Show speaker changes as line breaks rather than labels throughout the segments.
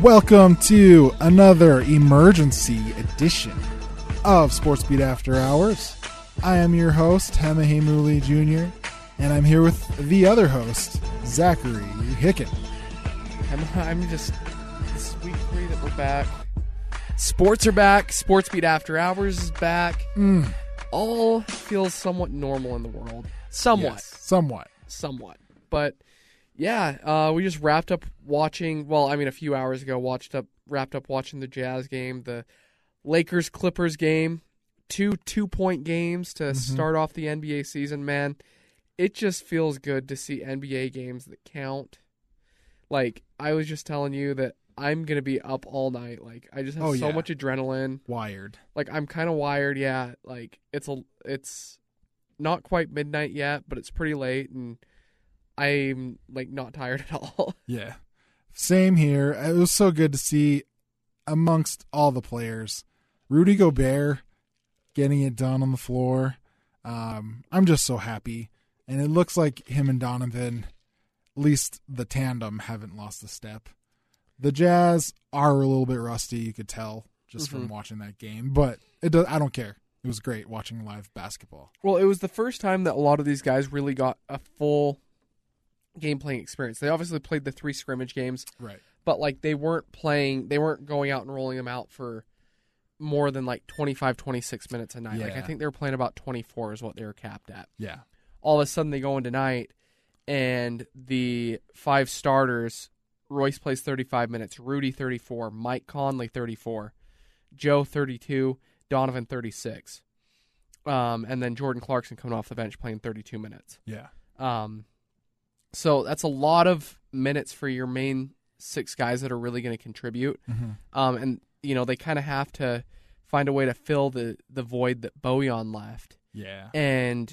Welcome to another emergency edition of Sports Beat After Hours. I am your host, Hemahe Mooley Jr., and I'm here with the other host, Zachary Hicken.
I'm, I'm just this is week three that we're back. Sports are back. Sports beat after hours is back. All feels somewhat normal in the world. Somewhat,
Yes, somewhat.
somewhat. But yeah, uh, we just wrapped up watching. Well, I mean, a few hours ago, watched up wrapped up watching the Jazz game, the Lakers Clippers game, two two point games
Mm-hmm.
to start off the NBA season. Man, it just feels good to see NBA games that count. Like I was just telling you that I'm gonna be up all night. Like I just have
Oh,
so
yeah.
much adrenaline.
Wired.
Like I'm kind of wired. Yeah, like it's a it's not quite midnight yet, but it's pretty late, and I'm like not tired at all.
Yeah. Same here. It was so good to see amongst all the players, Rudy Gobert getting it done on the floor. Um, I'm just so happy. And it looks like him and Donovan, at least the tandem, haven't lost a step. The Jazz are a little bit rusty, you could tell just from watching that game, but it does, I don't care. It was great watching live basketball.
Well, it was the first time that a lot of these guys really got a full game playing experience. They obviously played the three scrimmage games,
Right.
but like they weren't playing, they weren't going out and rolling them out for more than like 25, 26 minutes a night. Like I
Yeah.
think they were playing about 24 is what they were capped at.
Yeah.
All of a sudden they go in tonight and the five starters, Royce plays 35 minutes, Rudy 34, Mike Conley 34, Joe 32, Donovan 36. Um, and then Jordan Clarkson coming off the bench playing 32 minutes.
Yeah.
Um, so that's a lot of minutes for your main six guys that are really going to contribute. Um, and you know they kind of have to find a way to fill the the void that Bojan left.
Yeah.
And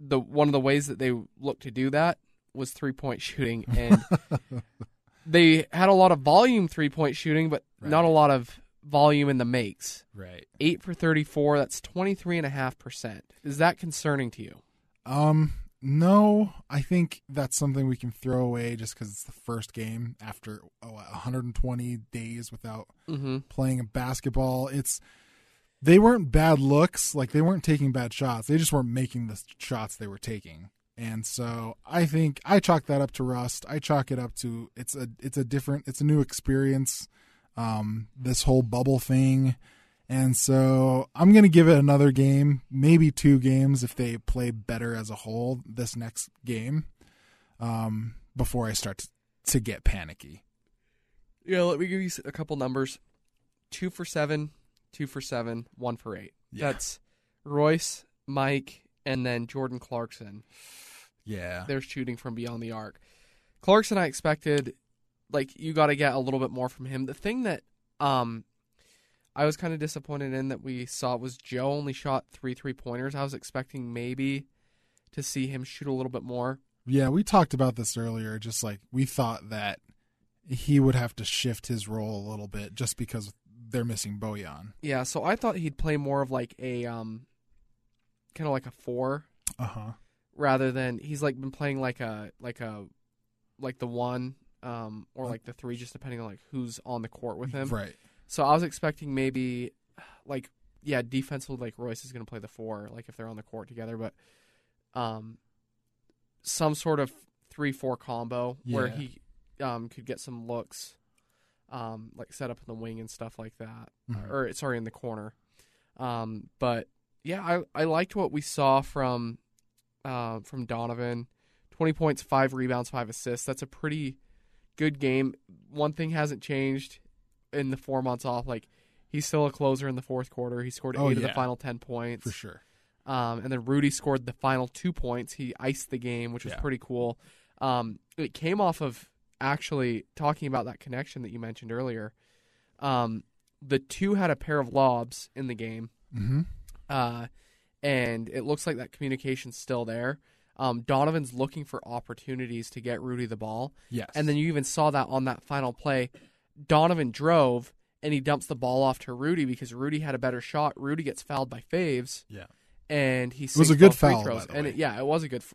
the one of the ways that they looked to do that was three point shooting, and they had a lot of volume three point shooting, but not a
Right.
lot of volume in the makes.
Right.
Eight for 34, that's 23.5%. Is that concerning to you?
Um, no, I think that's something we can throw away just because it's the first game after oh, 120 days without
Mm-hmm.
playing basketball. It's they weren't bad looks, like they weren't taking bad shots. They just weren't making the shots they were taking. And so I think I chalk that up to rust. I chalk it up to it's a it's a different it's a new experience. Um, this whole bubble thing. And so I'm going to give it another game, maybe two games if they play better as a whole this next game um, before I start to, to get panicky.
Yeah, let me give you a couple numbers. Two for seven, two for seven, one for eight.
Yeah.
That's Royce, Mike, and then Jordan Clarkson.
Yeah.
They're shooting from beyond the arc. Clarkson, I expected, like, you got to get a little bit more from him. The thing that um, I was kind of disappointed in that we saw was Joe only shot three three pointers. I was expecting maybe to see him shoot a little bit more.
Yeah, we talked about this earlier. Just like we thought that he would have to shift his role a little bit just because they're missing Bojan.
Yeah, so I thought he'd play more of like a um, kind of like a four
Uh huh.
rather than he's like been playing like a like a like the one um or like the three just depending on like who's on the court with him
Right.
so i was expecting maybe like yeah defensively like royce is going to play the four like if they're on the court together but um some sort of three four combo where
Yeah.
he um could get some looks um like set up in the wing and stuff like that
Mhm.
or sorry in the corner um but yeah i i liked what we saw from um from donovan 20 points 5 rebounds 5 assists that's a pretty good game one thing hasn't changed in the 4 months off like he's still a closer in the fourth quarter he scored 8
Oh,
of the
yeah.
final 10 points
For sure.
um, and then Rudy scored the final two points. He iced the game, which was
Yeah.
pretty cool. Um, it came off of actually talking about that connection that you mentioned earlier. Um, the two had a pair of lobs in the game,
Mm-hmm.
uh, and it looks like that communication's still there. Um, Donovan's looking for opportunities to get Rudy the ball,
Yes.
and then you even saw that on that final play. Donovan drove and he dumps the ball off to Rudy because Rudy had a better shot. Rudy gets fouled by Faves
yeah.
and he
was
sinks
a good
both free
foul,
throws.
by the
and
way.
It, yeah, it was a good. F-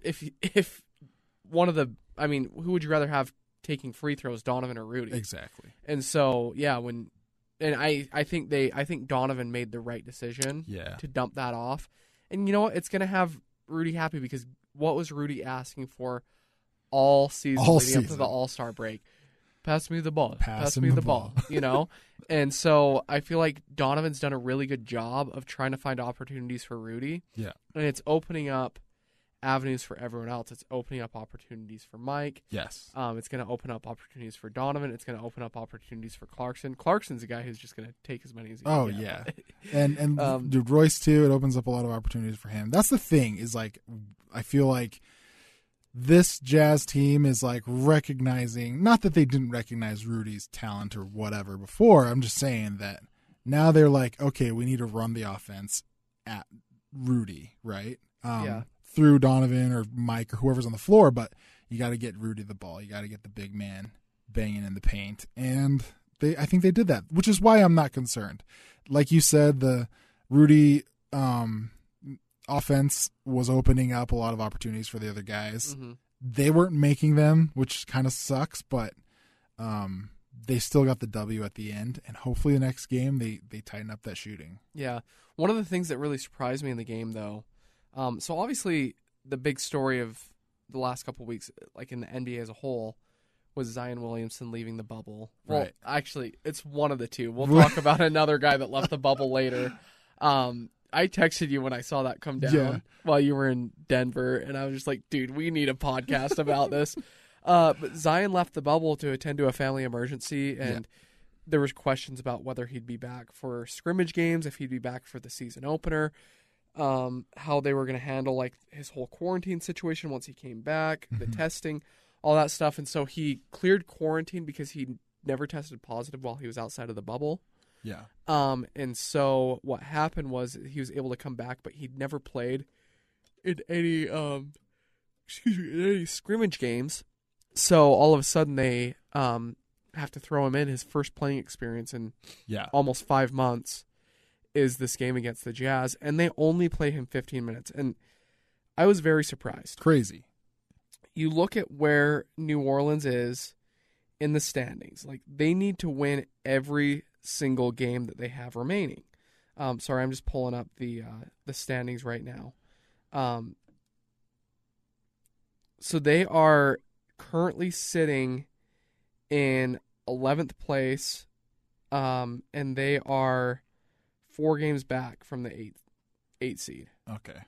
if if one of the, I mean, who would you rather have taking free throws, Donovan or Rudy.
Exactly.
And so, yeah, when and I I think they I think Donovan made the right decision
Yeah.
to dump that off. And you know what? It's going to have Rudy happy because what was Rudy asking for all season
All
leading up to
season.
the All-Star break? Pass me the ball.
Pass him
me
the
the ball,
ball.
you know? And so I feel like Donovan's done a really good job of trying to find opportunities for Rudy.
Yeah.
And it's opening up avenues for everyone else. It's opening up opportunities for Mike.
Yes.
Um, it's going to open up opportunities for Donovan. It's going to open up opportunities for Clarkson. Clarkson's a guy who's just going to take as many as he
Oh,
can.
yeah. and and
Um,
dude, Royce too. It opens up a lot of opportunities for him. That's the thing is like I feel like this Jazz team is like recognizing not that they didn't recognize Rudy's talent or whatever before. I'm just saying that now they're like okay, we need to run the offense at Rudy, right? Um,
Yeah.
Through Donovan or Mike or whoever's on the floor, but you got to get Rudy the ball. You got to get the big man banging in the paint, and they I think they did that, which is why I'm not concerned. Like you said, the Rudy um, offense was opening up a lot of opportunities for the other guys.
Mhm.
They weren't making them, which kind of sucks, but um, they still got the W at the end, and hopefully the next game they they tighten up that shooting.
Yeah. One of the things that really surprised me in the game, though, um, so obviously the big story of the last couple weeks, like in the NBA as a whole, was Zion Williamson leaving the bubble. Well,
Right.
actually, it's one of the two. We'll talk about another guy that left the bubble later. Um, I texted you when I saw that come down
Yeah.
while you were in Denver, and I was just like, dude, we need a podcast about this. Uh, but Zion left the bubble to attend to a family emergency, and there was questions about whether he'd be back for scrimmage games, if he'd be back for the season opener, um, how they were going to handle like his whole quarantine situation once he came back, the testing, all that stuff. And so he cleared quarantine because he never tested positive while he was outside of the bubble.
Yeah,
Um, and so what happened was he was able to come back, but he'd never played in any um, excuse me, in any scrimmage games. So all of a sudden they um have to throw him in. His first playing experience in
yeah,
almost five months is this game against the Jazz, and they only play him 15 minutes. And I was very surprised
crazy.
you look at where New Orleans is in the standings. Like they need to win every single game that they have remaining. Um, sorry, I'm just pulling up the uh, the standings right now. Um, so they are currently sitting in 11th place, um, and they are four games back from the eight eight seed
Okay,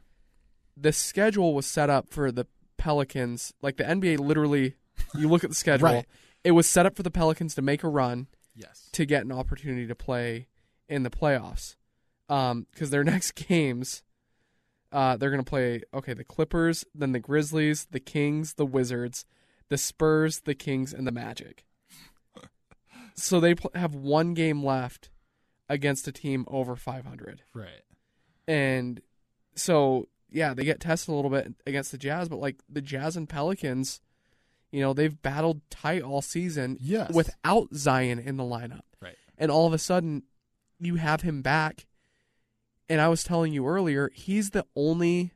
the schedule was set up for the Pelicans. Like the NBA, literally, you look at the schedule.
Right.
It was set up for the Pelicans to make a run
yes,
to get an opportunity to play in the playoffs. Because their next games, uh, they're going to play, okay, the Clippers, then the Grizzlies, the Kings, the Wizards, the Spurs, the Kings, and the Magic. so they pl- have one game left against a team over 500.
right.
And so, yeah, they get tested a little bit against the Jazz, but like the Jazz and Pelicans, you know, they've battled tight all season
Yes,
without Zion in the lineup.
Right.
And all of a sudden, you have him back. And I was telling you earlier, he's the only,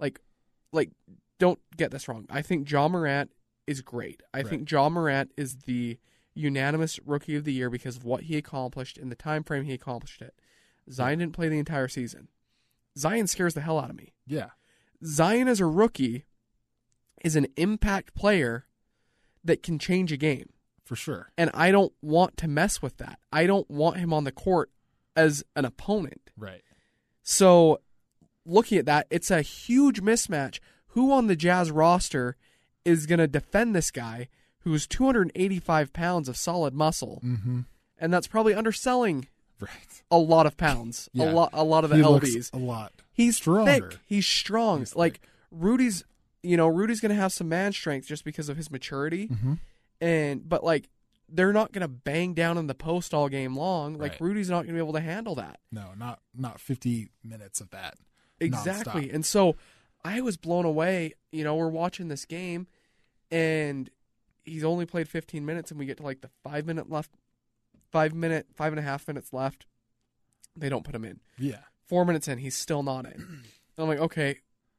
like, like, don't get this wrong. I think John Morant is great. I
Right.
think John Morant is the unanimous rookie of the year because of what he accomplished in the time frame he accomplished it. Zion didn't play the entire season. Zion scares the hell out of me.
yeah,
Zion as a rookie is an impact player that can change a game
for sure.
and I don't want to mess with that. I don't want him on the court as an opponent.
Right.
So, looking at that, it's a huge mismatch. Who on the Jazz roster is going to defend this guy who's 285 pounds of solid muscle?
Mm-hmm.
And that's probably underselling
Right.
a lot of pounds,
Yeah.
a lot, a lot of the
he
LBs.
looks a lot.
He's
stronger.
thick. He's strong.
He's
like Rudy's, you know, Rudy's going to have some man strength just because of his maturity.
Mhm.
And but like they're not going to bang down in the post all game long. Like
Right.
Rudy's not going to be able to handle that.
No, not not 50 minutes of that.
Exactly.
Nonstop.
And so I was blown away, you know, we're watching this game and he's only played 15 minutes and we get to like the 5 minute left 5 minute five and a half minutes left. They don't put him in.
Yeah.
four minutes in, he's still not in. And I'm like, okay,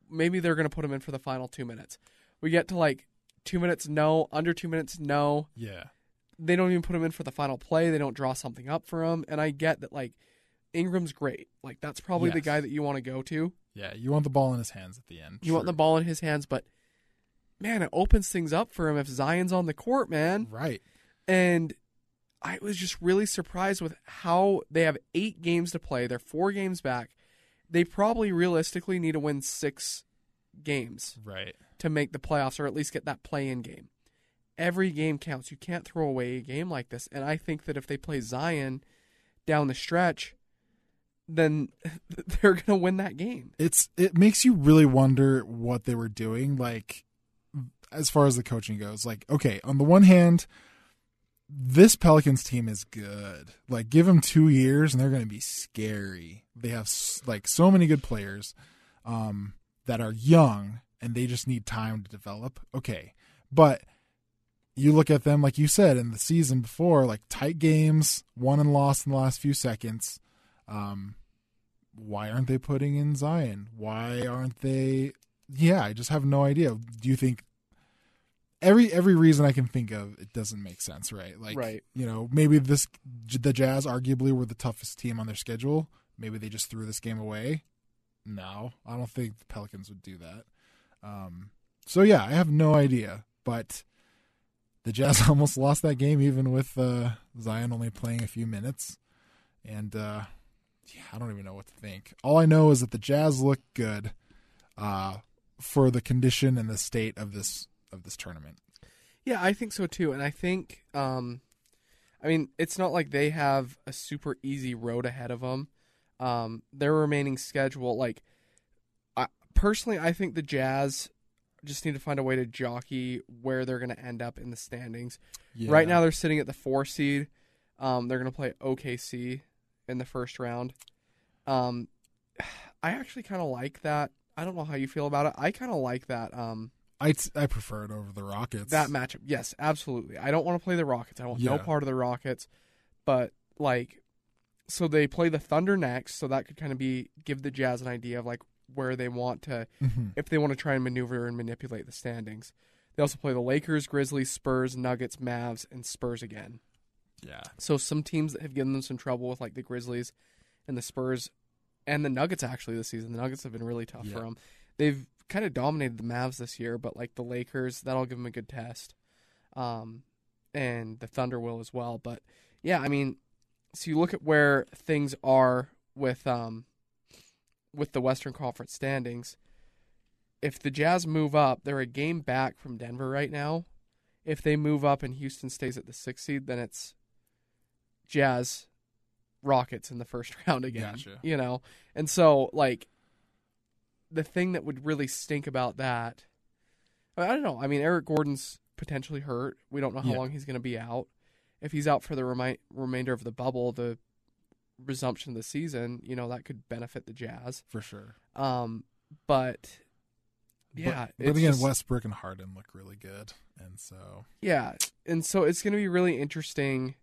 maybe they're gonna put him in for the final two minutes. We get to like two minutes, no. Under two minutes, no.
Yeah.
They don't even put him in for the final play. They don't draw something up for him. And I get that, like, Ingram's great. Like, that's probably the
Yes.
guy that you want to go to.
Yeah. You want the ball in his hands at the end.
You want the ball in his hands, but man, it opens things up for him if Zion's on the court, man.
Right.
And I was just really surprised with how they have eight games to play. They're four games back. They probably realistically need to win six games
Right.
to make the playoffs or at least get that play in game. Every game counts. You can't throw away a game like this. And I think that if they play Zion down the stretch, then they're going to win that game.
It's it makes you really wonder what they were doing like as far as the coaching goes. Like okay, on the one hand, this Pelicans team is good. Like give them 2 years and they're going to be scary. They have s- like so many good players um that are young and they just need time to develop. Okay. But you look at them like you said in the season before, like tight games, won and lost in the last few seconds. Um, why aren't they putting in Zion? Why aren't they? Yeah, I just have no idea. Do you think every every reason I can think of it doesn't make sense, right? Like,
Right.
you know, maybe this the Jazz arguably were the toughest team on their schedule. Maybe they just threw this game away. No, I don't think the Pelicans would do that. Um, so yeah, I have no idea, but the Jazz almost lost that game, even with uh, Zion only playing a few minutes. And uh, yeah, I don't even know what to think. All I know is that the Jazz look good uh, for the condition and the state of this of this tournament.
Yeah, I think so too. And I think, um, I mean, it's not like they have a super easy road ahead of them. Um, their remaining schedule, like, I, personally, I think the Jazz just need to find a way to jockey where they're going to end up in the standings. Right now, they're sitting at the four seed. Um, they're going to play OKC in the first round. Um, I actually kind of like that. I don't know how you feel about it. I kind of like that. Um,
I, t- I prefer it over the Rockets.
that matchup. Yes, absolutely. I don't want to play the Rockets. I want no
Yeah.
part of the Rockets. But like, so they play the Thunder next, so that could kind of be give the Jazz an idea of like where they want to
Mhm.
if they want to try and maneuver and manipulate the standings. They also play the Lakers, Grizzlies, Spurs, Nuggets, Mavs, and Spurs again.
Yeah,
So some teams that have given them some trouble with like the Grizzlies and the Spurs and the Nuggets actually this season. The Nuggets have been really tough for
Yeah.
them. They've kind of dominated the Mavs this year, but like the Lakers, that'll give them a good test. Um, and the Thunder will as well. But yeah, I mean, so you look at where things are with um with the Western Conference standings. If the Jazz move up, they're a game back from Denver right now. If they move up and Houston stays at the sixth seed, then it's Jazz Rockets in the first round again.
Gotcha.
You know? And so like the thing that would really stink about that I don't know. I mean Eric Gordon's potentially hurt. We don't know how
Yeah.
long he's gonna be out if he's out for the remi- remainder of the bubble, the resumption of the season, you know, that could benefit the Jazz.
for sure.
Um, but yeah,
but, but
it's
again,
just-
Westbrook and Harden look really good, and so
yeah, and so it's going to be really interesting.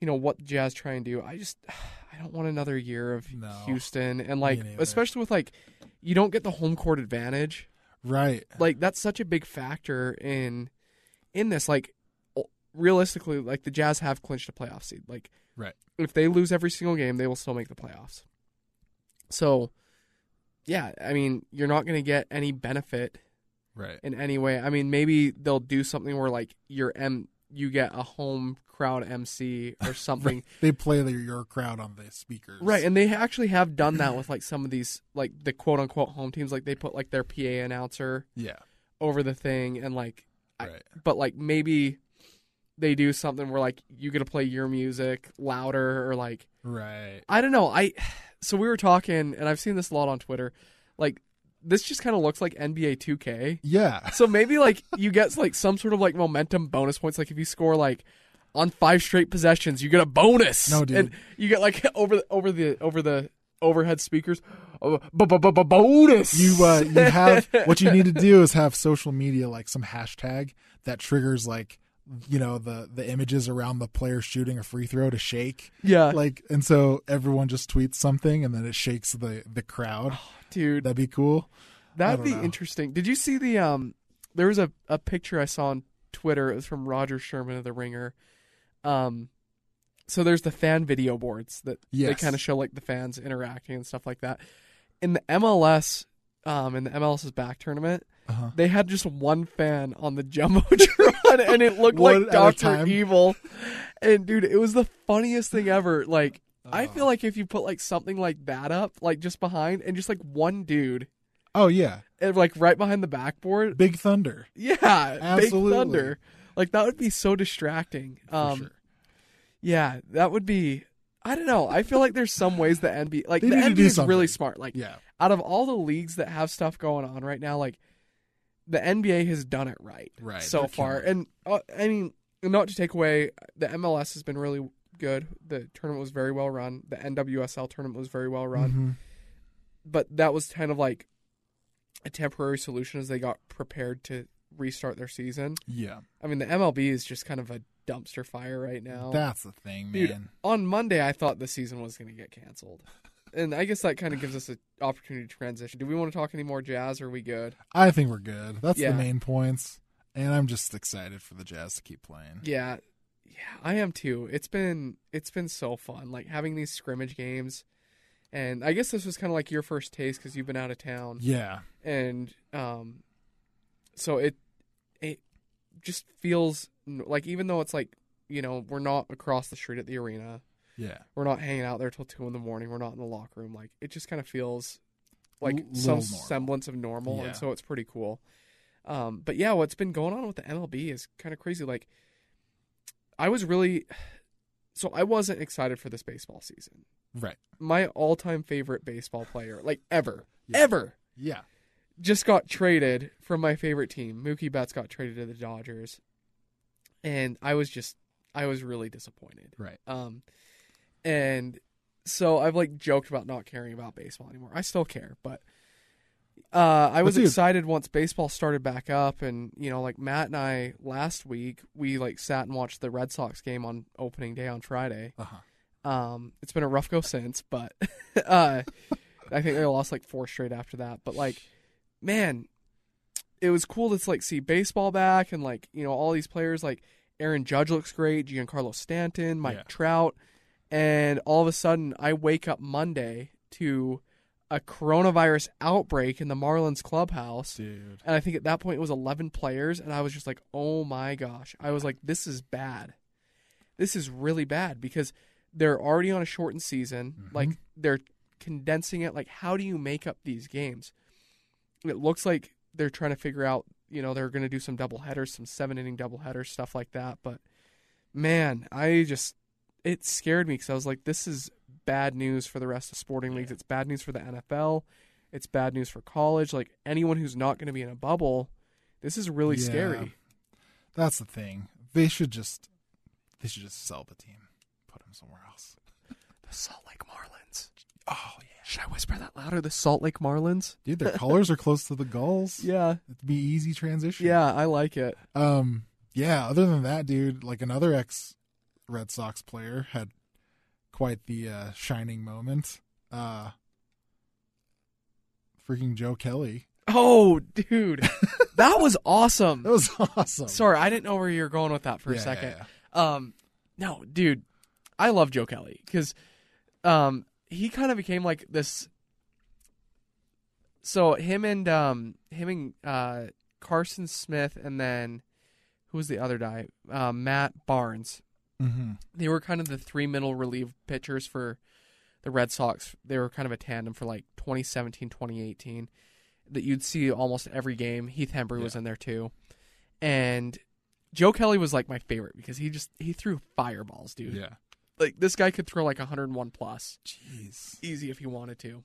You know what the Jazz try and do. I just I don't want another year of
No.
Houston and like
neither.
especially with like you don't get the home court advantage.
right.
like that's such a big factor in in this like o- realistically like the jazz have clinched a playoff seed like
Right.
if they lose every single game they will still make the playoffs so yeah i mean you're not going to get any benefit
Right.
in any way i mean maybe they'll do something where like your m you get a home crowd mc or something
They play their, your crowd on the speakers.
Right, and they actually have done that with like some of these like the quote unquote home teams like they put like their PA announcer
yeah.
over the thing and like I-
Right.
but like maybe they do something where like you get to play your music louder or like
Right.
I don't know. I so we were talking and I've seen this a lot on Twitter. Like this just kind of looks like NBA 2K.
Yeah.
So maybe like you get like some sort of like momentum bonus points like if you score like on five straight possessions you get a bonus.
No, dude.
And you get like over the over the over the overhead speakers a bu- bu- bu- bu- bonus.
you uh, you have what you need to do is have social media like some hashtag that triggers like you know the the images around the player shooting a free throw to shake
Yeah.
like and so everyone just tweets something and then it shakes the the crowd
dude.
that'd be cool
That'd
don't
be
know.
interesting. Did you see the um there was a, a picture I saw on Twitter. It was from Roger Sherman of the Ringer. Um, so there's the fan video boards that they
Yes.
kind of show like the fans interacting and stuff like that. In the MLS, um, in the MLS's back tournament,
Uh-huh.
they had just one fan on the jumbotron, and it looked
One
like
at a
Doctor
time.
Evil. And dude, it was the funniest thing ever. Like I
Oh.
feel like if you put like something like that up, like just behind, and just like one dude,
Oh yeah,
and like right behind the backboard,
Big Thunder.
yeah,
Absolutely.
big thunder, like that would be so distracting.
For
Um,
sure.
yeah, that would be. I don't know. I feel like there's some ways the NBA, like
They
the
need to
NBA
do
is really
something.
smart. Like
Yeah.
out of all the leagues that have stuff going on right now, like the NBA has done it right,
Right,
so
they're
far.
killing
And uh, I mean, not to take away, the MLS has been really good. The tournament was very well run. The NWSL tournament was very well run.
Mhm.
But that was kind of like a temporary solution as they got prepared to restart their season.
Yeah.
I mean, the MLB is just kind of a dumpster fire right now.
That's the thing,
Dude,
man.
On Monday, I thought the season was going to get canceled. And I guess that kind of gives us an opportunity to transition. Do we want to talk any more jazz? Or are we good?
I think we're good. That's
Yeah.
the main points. And I'm just excited for the Jazz to keep playing.
Yeah, yeah, I am too. It's been it's been so fun, like having these scrimmage games, and I guess this was kind of like your first taste because you've been out of town,
Yeah.
and um, so it it just feels n- like even though it's like you know we're not across the street at the arena,
Yeah.
we're not hanging out there till two in the morning, we're not in the locker room, like it just kind of feels like
L-
some
little normal.
semblance of normal,
Yeah.
and so it's pretty cool. Um, but yeah, what's been going on with the MLB is kind of crazy. Like, I was really, so I wasn't excited for this baseball season.
Right.
My all-time favorite baseball player, like ever,
Yeah.
ever,
Yeah.
just got traded from my favorite team. Mookie Betts got traded to the Dodgers, and I was just, I was really disappointed.
Right.
Um, and so I've like joked about not caring about baseball anymore. I still care, but uh, I was
dude-
excited once baseball started back up, and you know, like Matt and I last week, we like sat and watched the Red Sox game on opening day on Friday.
Uh huh.
Um, it's been a rough go since, but uh, I think they lost like four straight after that. But like, man, it was cool to like see baseball back and like you know all these players like Aaron Judge looks great, Giancarlo Stanton, Mike
Yeah.
Trout, and all of a sudden I wake up Monday to a coronavirus outbreak in the Marlins clubhouse.
Dude.
And I think at that point it was 11 players. And I was just like, oh my gosh. I was like, this is bad. This is really bad because they're already on a shortened season.
Mhm.
Like, they're condensing it. Like, how do you make up these games? It looks like they're trying to figure out, you know, they're going to do some double headers, some seven inning double headers, stuff like that. But man, I just, it scared me because I was like, this is bad news for the rest of sporting leagues. It's bad news for the NFL. It's bad news for college. Like anyone who's not going to be in a bubble, this is really
Yeah.
scary.
That's the thing. They should just they should just sell the team. Put them somewhere else.
The Salt Lake Marlins.
Oh yeah.
Should I whisper that louder? The Salt Lake Marlins.
Dude, their colors are close to the gulls.
Yeah,
It'd be easy transition.
yeah, I like it.
Um, yeah, other than that, dude, like another ex Red Sox player had quite the uh, shining moment. Uh, freaking Joe Kelly.
Oh, dude, that was awesome.
That was awesome.
Sorry, I didn't know where you were going with that for a
Oh. Yeah,
second.
yeah,
Um, no, dude, I love Joe Kelly because, um, he kind of became like this. So him and um him and uh Carson Smith and then who was the other guy? Uh, Matt Barnes.
yeah. Mhm.
They were kind of the three middle relief pitchers for the Red Sox. They were kind of a tandem for like 2017, 2018 that you'd see almost every game. Heath Hembry was in there too. And Joe Kelly was like my favorite because he just he threw fireballs, dude.
Yeah.
Like this guy could throw like 101 plus
Jeez.
easy if he wanted to.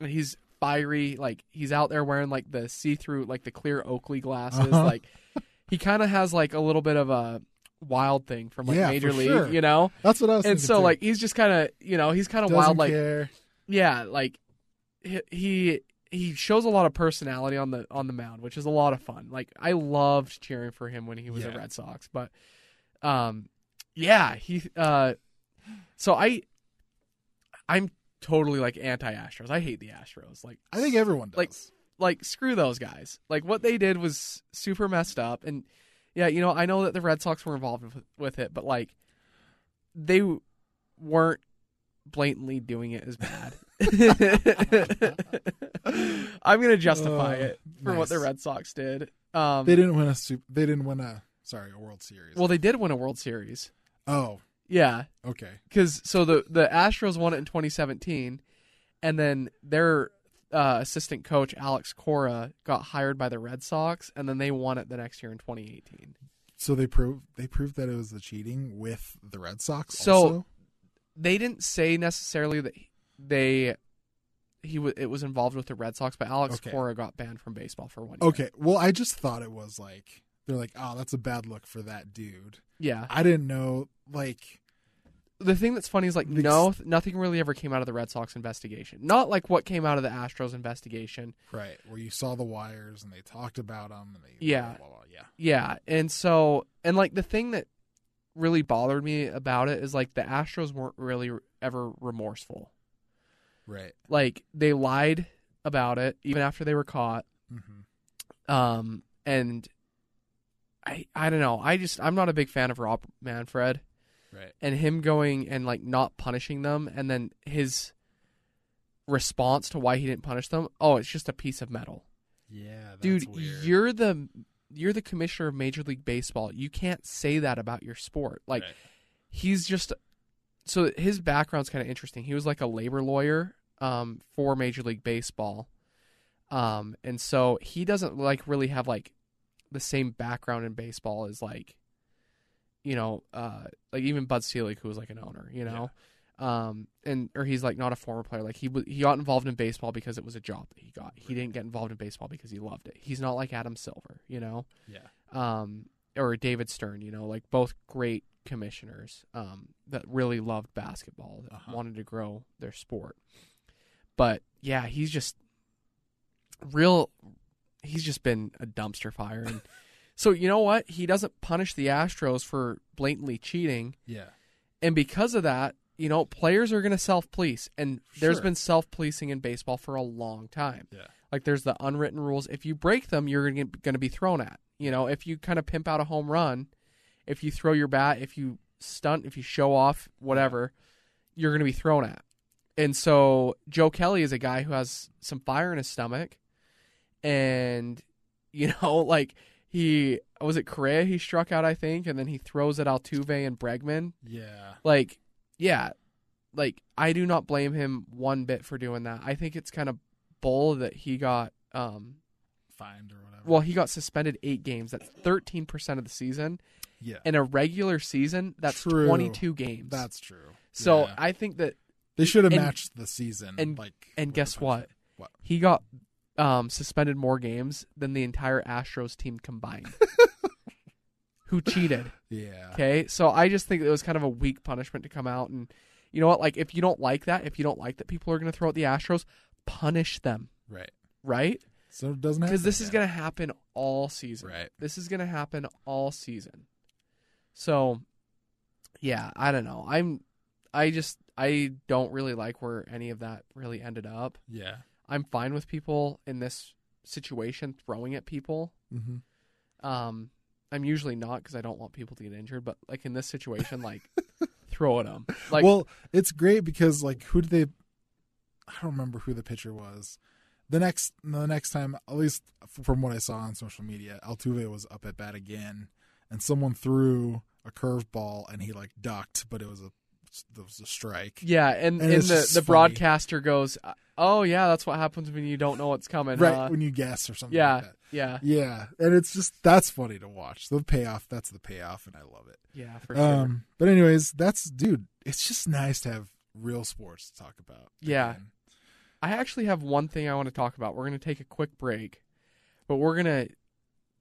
And he's fiery, like he's out there wearing like the see-through like the clear Oakley glasses,
Uh-huh.
like he kind of has like a little bit of a wild thing from like
Yeah,
major
for
league,
sure.
you know?
That's what I was
And
thinking,
so
too.
like he's just kind of, you know, he's kind of
Doesn't
wild like
care.
yeah, like he- he he shows a lot of personality on the on the mound, which is a lot of fun. Like I loved cheering for him when he was a
Yeah.
Red Sox, but um yeah, he uh so I I'm totally like anti Astros. I hate the Astros. Like
I think everyone does.
like like screw those guys. Like what they did was super messed up. And yeah, you know, I know that the Red Sox were involved with, with it, but like they w- weren't blatantly doing it as bad. I'm gonna justify
Uh,
it for what the
nice.
Red Sox did. Um,
They didn't win a super, they didn't win a sorry a World Series.
well, they did win a World Series.
oh,
Yeah,
okay.
because so the the Astros won it in 2017, and then their uh, assistant coach Alex Cora got hired by the Red Sox, and then they won it the next year in 2018.
So they proved they proved that it was the cheating with the Red Sox.
So-
also?
They didn't say necessarily that they he was it was involved with the Red Sox, but Alex
Okay.
Cora got banned from baseball for one. year.
okay. Well, I just thought it was like they're like, oh, that's a bad look for that dude.
yeah.
I didn't know like
The thing that's funny is like
Because-
no, nothing really ever came out of the Red Sox investigation. Not like what came out of the Astros investigation.
right where you saw the wires and they talked about them and they
Yeah.
blah, blah, blah, yeah
Yeah, and so and like the thing that really bothered me about it is like the Astros weren't really ever remorseful.
right
Like they lied about it even after they were caught.
hmm
Um and I I don't know. I just I'm not a big fan of Rob Manfred
right
and him going and like not punishing them and then his response to why he didn't punish them. Oh, it's just a piece of metal.
yeah that's
Dude,
weird.
you're the you're the commissioner of Major League Baseball. You can't say that about your sport. Like
Right.
he's just so his background's kind of interesting. He was like a labor lawyer um, for Major League Baseball, um, and so he doesn't like really have like the same background in baseball as like you know uh, like even Bud Selig, who was like an owner, you know. Um and or he's like not a former player like he w- he got involved in baseball because it was a job that he got he didn't get involved in baseball because he loved it he's not like Adam Silver you know
yeah
um, or David Stern, you know, like both great commissioners um, that really loved basketball, that
Uh-huh.
wanted to grow their sport. But yeah, he's just real. He's just been a dumpster fire, and so you know what? He doesn't punish the Astros for blatantly cheating,
yeah
and because of that, you know, players are going to self police, and there's
Sure.
been self policing in baseball for a long time.
yeah
Like there's the unwritten rules. If you break them, you're going to be thrown at. You know, if you kind of pimp out a home run, if you throw your bat, if you stunt, if you show off, whatever, you're going to be thrown at. And so Joe Kelly is a guy who has some fire in his stomach, and you know, like he was it Correa he struck out, I think, and then he throws at Altuve and Bregman.
yeah
Like, yeah, like I do not blame him one bit for doing that. I think it's kind of bull that he got. Um,
fined or whatever
well, he got suspended eight games. That's thirteen percent of the season.
yeah
In a regular season, that's
True.
twenty-two games.
that's true
so
Yeah.
I think that,
they should have
and-
matched the season
and-
like
and
with the
guess
punishment.
what? He got um, suspended more games than the entire Astros team combined, who cheated.
yeah
Okay, so I just think it was kind of a weak punishment to come out, and you know what? Like, if you don't like that, if you don't like that people are going to throw at the Astros, punish them,
right
right?
so it doesn't
Because this is going
to
to happen all season.
right
This is going to happen all season. So, yeah, I don't know. I'm, I just, I don't really like where any of that really ended up.
yeah
I'm fine with people in this situation throwing at people.
hmm
Um, I'm usually not because I don't want people to get injured, but like in this situation, like throw at them. Like,
well, it's great because like who did they? I don't remember who the pitcher was. The next the next time, at least f- from what I saw on social media, Altuve was up at bat again, and someone threw a curveball and he like ducked, but it was a it was a strike.
yeah,
and
and, and
it's
the,
just
the
funny.
broadcaster goes, "Oh yeah, that's what happens when you don't know what's coming."
right
huh?"
when you guess or something.
Yeah,
like that.
yeah,
yeah, and it's just that's funny to watch. The payoff, that's the payoff, and I love it.
yeah, for sure.
Um, but anyways, that's dude. It's just nice to have real sports to talk about.
Yeah.
again.
I actually have one thing I want to talk about. We're gonna take a quick break, but we're gonna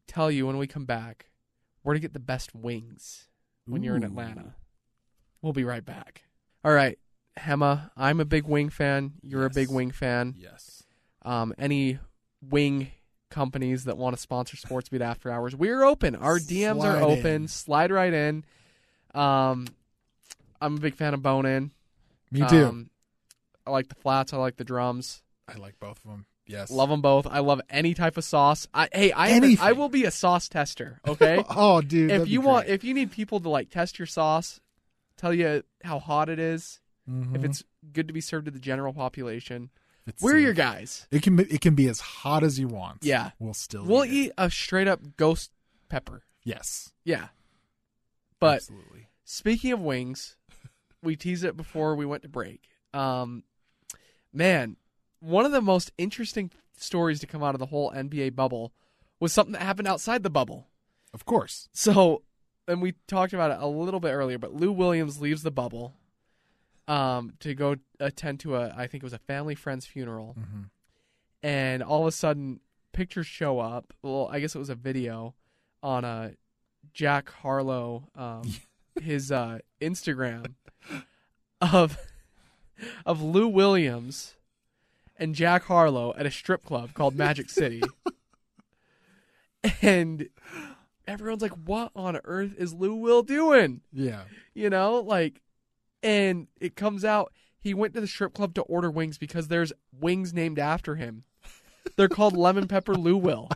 tell you when we come back where to get the best wings when you're in
Ooh.
Atlanta. We'll be right back. All right, Hema, I'm a big wing fan. You're a big
Yes.
wing fan.
Yes.
um, any wing companies that want to sponsor Sports Beat After Hours, we're open. Our DMs are
Slide
open.
in.
Slide right in. Um, I'm a big fan of Bone In.
Me too.
Um, I like the flats. I like the drums.
I like both of them. Yes.
Love them both. I love any type of sauce. I hey, I
Anything.
I will be a sauce tester. Okay.
Oh, dude.
if you want, if you need people to like test your sauce, tell you how hot it is, if
Mm-hmm.
it's good to be served to the general population, we're your guys.
It can be, it can be as hot as you want.
Yeah.
We'll still
We'll
eat. it.
eat a straight up ghost pepper.
Yes.
Yeah. But
absolutely.
speaking of wings, we teased it before we went to break. Um, man, one of the most interesting stories to come out of the whole NBA bubble was something that happened outside the bubble.
Of course.
So, and we talked about it a little bit earlier, but Lou Williams leaves the bubble um, to go attend to a, I think it was a family friend's funeral.
Mm-hmm.
And all of a sudden, pictures show up. Well, I guess it was a video on uh, Jack Harlow, um, his uh, Instagram, of of Lou Williams and Jack Harlow at a strip club called Magic City. and everyone's like, what on earth is Lou Will doing?
Yeah.
you know like and it comes out he went to the strip club to order wings because there's wings named after him they're called lemon pepper lou will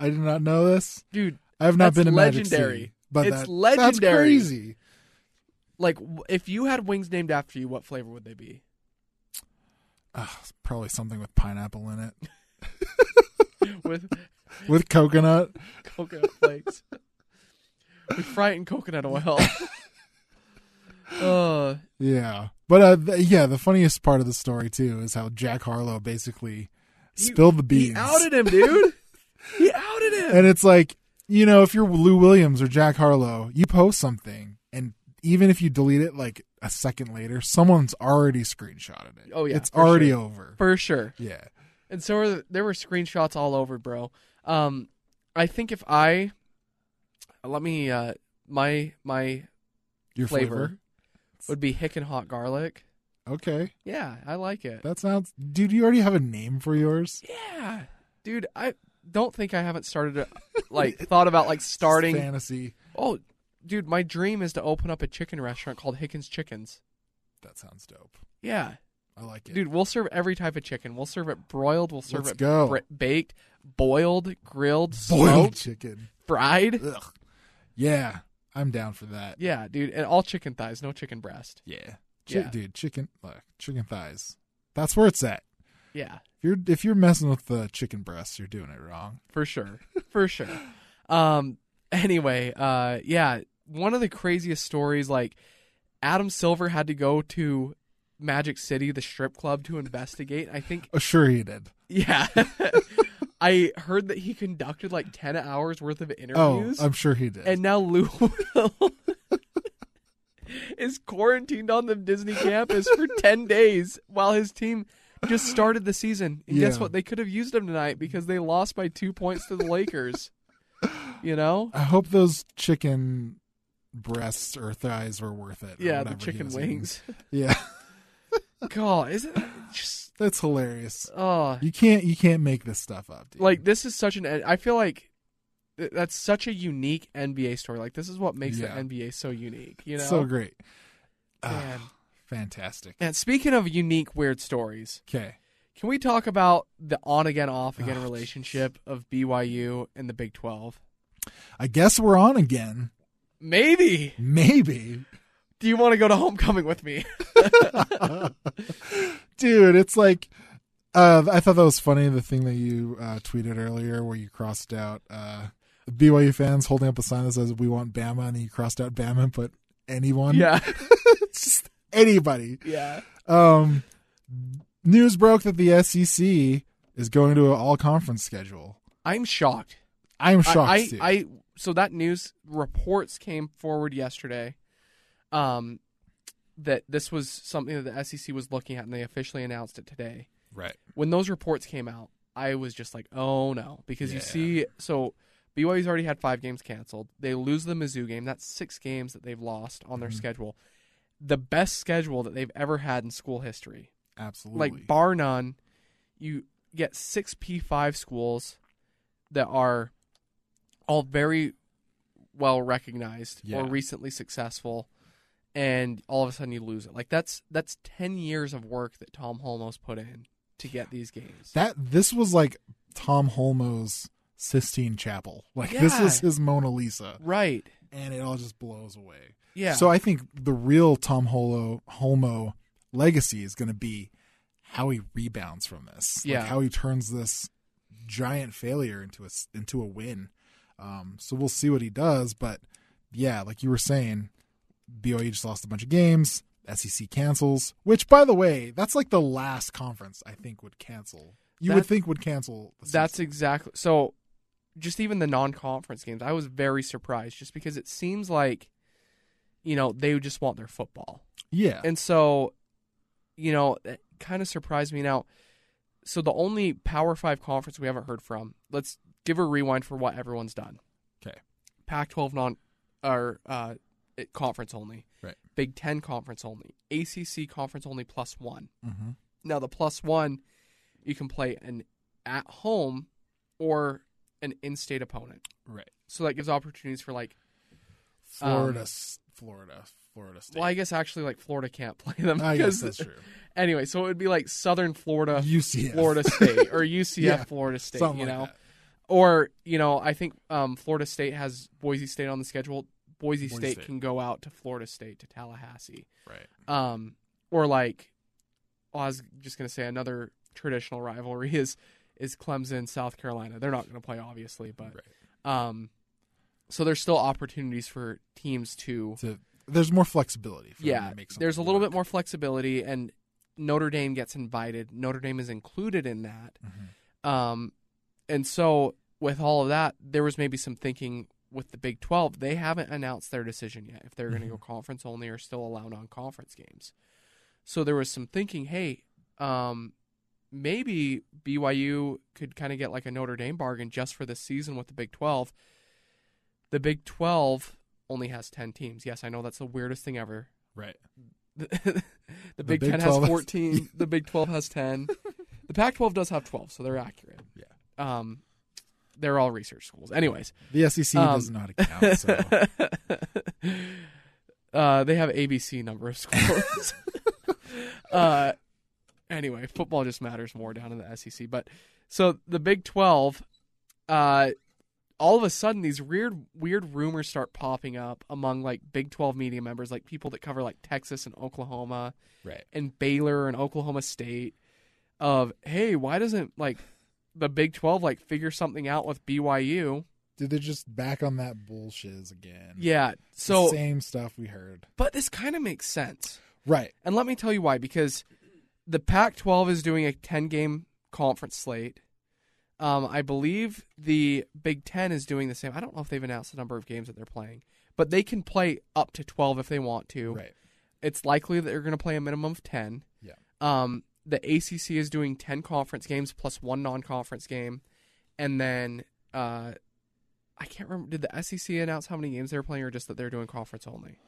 I did not know this.
dude
I have not
That's
been to Magic
legendary.
City, but
It's
that- That's
legendary.
crazy.
like w- if you had wings named after you what flavor would they be
Ugh, it's probably something with pineapple in it,
with
with coconut.
coconut flakes we fry it in coconut oil uh
Yeah, but uh, th- yeah, the funniest part of the story too is how Jack Harlow basically
He-
spilled the beans,
he outed him dude he outed him
and it's like you know if you're Lou Williams or Jack Harlow, you post something, and even if you delete it like a second later, someone's already screenshotted it.
Oh, yeah,
it's
for
already
sure.
over.
for sure
yeah,
and so are the, there were screenshots all over, bro. Um, I think if I let me, uh, my my
your
flavor
flavor.
would be hick and hot garlic.
Okay,
Yeah, I like it.
that sounds. Dude, you already have a name for yours.
Yeah, dude, I don't think I haven't started to, like thought about like starting.
fantasy.
Oh, dude, my dream is to open up a chicken restaurant called Hickens Chickens.
That sounds dope.
Yeah,
I like it.
dude, we'll serve every type of chicken. We'll serve it broiled. We'll serve
Let's
it
go.
bri- baked, boiled, grilled,
boiled
smoked,
chicken.
fried.
Ugh. Yeah, I'm down for that.
Yeah, dude, and all chicken thighs, no chicken breast.
Yeah. Chi-
Yeah.
Dude, chicken look, chicken thighs. That's where it's at.
Yeah,
If you're if you're messing with the chicken breasts, you're doing it wrong.
for sure, for sure. Um. Anyway, uh, yeah, one of the craziest stories. Like, Adam Silver had to go to Magic City, the strip club, to investigate. I think.
Oh, sure he did.
Yeah. I heard that he conducted like ten hours worth of
Oh,
interviews,
I'm sure he did.
and now Lou Will is quarantined on the Disney campus for ten days while his team just started the season. And guess
Yeah.
what? They could have used him tonight because they lost by two points to the Lakers. You know?
I hope those chicken breasts or thighs were worth it. or
Yeah, the
whatever he
chicken
was eating.
wings.
Yeah,
God, isn't that just
that's hilarious.
oh
You can't you can't make this stuff up, dude.
like this is such an I feel like th- that's such a unique NBA story. Like this is what makes
Yeah.
the NBA so unique, you know?
so great. Ah,
Man.
fantastic.
And speaking of unique weird stories,
Okay.
Can we talk about the on again, off again
Oh,
relationship of BYU and the Big 12?
I guess we're on again.
Maybe.
Maybe.
Do you want to go to homecoming with me?
dude it's like uh, i thought that was funny the thing that you uh, tweeted earlier where you crossed out uh, byu fans holding up a sign that says we want bama and then you crossed out bama and put anyone
yeah.
it's just anybody
Yeah.
um, news broke that the sec is going to an all conference schedule
I'm shocked.
i'm
I-
shocked
I,
dude.
I so that news reports came forward yesterday um that this was something that the SEC was looking at and they officially announced it today.
right
when those reports came out, I was just like, oh no, because you
Yeah.
see, so BYU's already had five games canceled. They lose the Mizzou game. That's six games that they've lost on their
Mhm.
schedule. The best schedule that they've ever had in school history,
absolutely
like bar none. You get six P five schools that are all very well recognized
Yeah.
or recently successful, and all of a sudden you lose it. Like that's that's ten years of work that Tom Holmo's put in to get these games.
That this was like Tom Holmo's Sistine Chapel. Like this
Yeah.
was his Mona Lisa,
right.
and it all just blows away.
Yeah.
So I think the real Tom Holo Holmo legacy is going to be how he rebounds from this.
Yeah.
Like how he turns this giant failure into a s- into a win. Um, so we'll see what he does, but yeah, like you were saying, BOE just lost a bunch of games. SEC cancels, which by the way, that's like the last conference I think would cancel. You would
That-
think would cancel. The
That's
season.
exactly so. Just even the non-conference games, I was very surprised, just because it seems like, you know, they just want their football,
yeah.
and so, you know, it kind of surprised me. Now, so the only Power Five conference we haven't heard from. Let's give a rewind for what everyone's done.
Okay.
Pac-12 non or uh, it- conference only.
Right.
Big Ten conference only. ACC conference only plus one.
mm-hmm.
Now the plus one, you can play an at home or an in-state opponent.
Right.
So that gives opportunities for like,
Florida,
Um,
s- Florida, Florida State.
well, I guess actually like Florida can't play them.
I guess
because-
that's true.
Anyway, so it would be like Southern Florida,
UCF,
Florida State, or UCF,
Yeah,
Florida State.
Something
you
like
know,
that.
or you know, I think um, Florida State has Boise State on the schedule.
Boise
Boise, State
State.
can go out to Florida State to Tallahassee.
Right.
um, or like oh, I was just gonna say another traditional rivalry is is Clemson South Carolina. They're not gonna play obviously, but
Right.
um, so there's still opportunities for teams to
To, there's more flexibility. For them
yeah.
to make something
There's a little
work.
bit more flexibility, and Notre Dame gets invited. Notre Dame is included in that,
Mhm.
um, and so with all of that, there was maybe some thinking. With the Big 12, they haven't announced their decision yet if they're going to go
Mm-hmm.
conference only or still allow non conference games. So there was some thinking, hey, um, maybe BYU could kind of get like a Notre Dame bargain just for this season with the Big 12. The Big 12 only has 10 teams. Yes, I know that's the weirdest thing ever.
Right.
The, the Big,
Big
10
12
has
has-
14, the Big 12 has 10. The Pac 12 does have 12, so they're accurate.
Yeah.
Um, they're all research schools. Anyways,
The SEC
Um,
doesn't know how to count. So.
uh, they have ABC number of scores. uh, anyway, football just matters more down in the SEC. But so the Big Twelve, uh, all of a sudden, these weird, weird rumors start popping up among like Big Twelve media members, like people that cover like Texas and Oklahoma
right.
and Baylor and Oklahoma State. Of hey, why doesn't like the Big Twelve like figure something out with BYU?
Dude, they're just back on that bullshiz again.
Yeah,
It's
so
the same stuff we heard.
But this kind of makes sense.
Right.
And let me tell you why because the Pac 12 is doing a 10 game conference slate. Um, I believe the Big Ten is doing the same. I don't know if they've announced the number of games that they're playing, but they can play up to 12 if they want to.
Right.
It's likely that they're going to play a minimum of 10.
Yeah.
Um, the ACC is doing 10 conference games plus one non conference game. And then uh, I can't remember. Did the SEC announce how many games they were playing or just that they're doing conference only?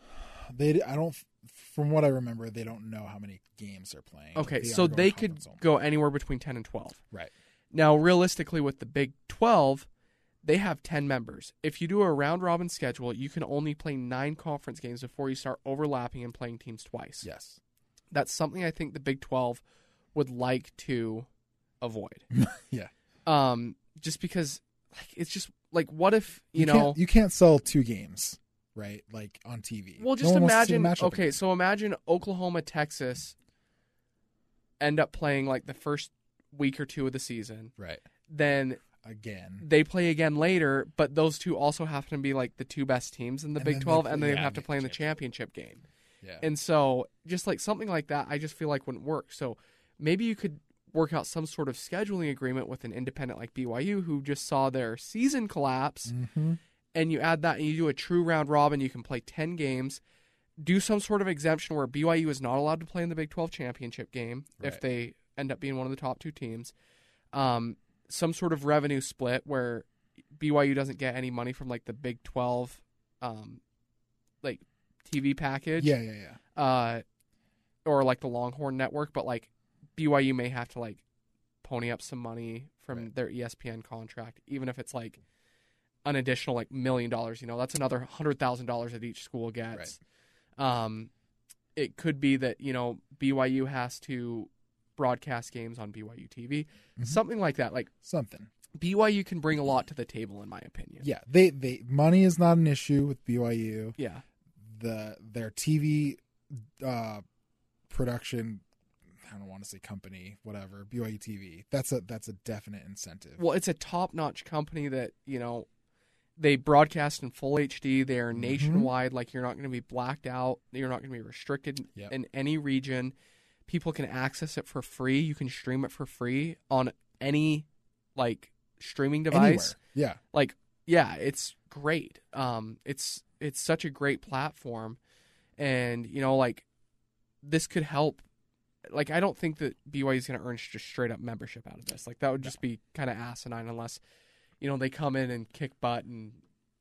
They. I don't. From what I remember, they don't know how many games they're playing.
Okay,
They
so
are going
they could
conference only.
go anywhere between 10 and 12.
Right.
Now, realistically, with the Big 12, they have 10 members. If you do a round robin schedule, you can only play nine conference games before you start overlapping and playing teams twice.
Yes.
That's something I think the Big 12 would like to avoid.
Yeah.
Um, just because, like, it's just like, what if, you, know.
can't, you can't sell two games, right? Like on TV.
Well,
No
just
one wants to see the
imagine.
matchup
Okay,
again.
so imagine Oklahoma, Texas end up playing like the first week or two of the season.
Right.
Then
Again.
they play again later, but those two also happen to be like the two best teams in the
And
Big
then they
12,
play-
and then they
yeah,
have to
make
play in
the
the championship game.
Yeah.
And so, just like something like that, I just feel like wouldn't work. So maybe you could work out some sort of scheduling agreement with an independent like BYU who just saw their season collapse
hmm
and you add that and you do a true round robin, you can play 10 games. Do some sort of exemption where BYU is not allowed to play in the Big 12 championship game if
Right.
they end up being one of the top two teams. Um, some sort of revenue split where BYU doesn't get any money from like the Big 12 um, like TV package
Yeah. Yeah. Yeah.
uh, or like the Longhorn Network, but like BYU may have to like pony up some money from
Right.
their E ESPN contract, even if it's like an additional like million dollars. You know, that's another hundred thousand dollars that each school gets. Um, it could be that you know BYU has to broadcast games on BYU TV,
Mhm.
something like that. Like
Something.
BYU can bring a lot to the table, in my opinion.
Yeah, they they money is not an issue with BYU.
Yeah.
The their TV uh, production. I don't want to say company, whatever. BYU TV. That's a that's a definite incentive.
Well, it's a top-notch company that you know they broadcast in full HD. They are
Mhm.
nationwide. Like you're not going to be blacked out. You're not going to be restricted
Yep.
in any region. People can access it for free. You can stream it for free on any like streaming device.
Anywhere.
like yeah it's great um it's it's such a great platform and you know like this could help like i don't think that BYU is going to earn just straight up membership out of this like that would just be kind of asinine unless you know they come in and kick butt and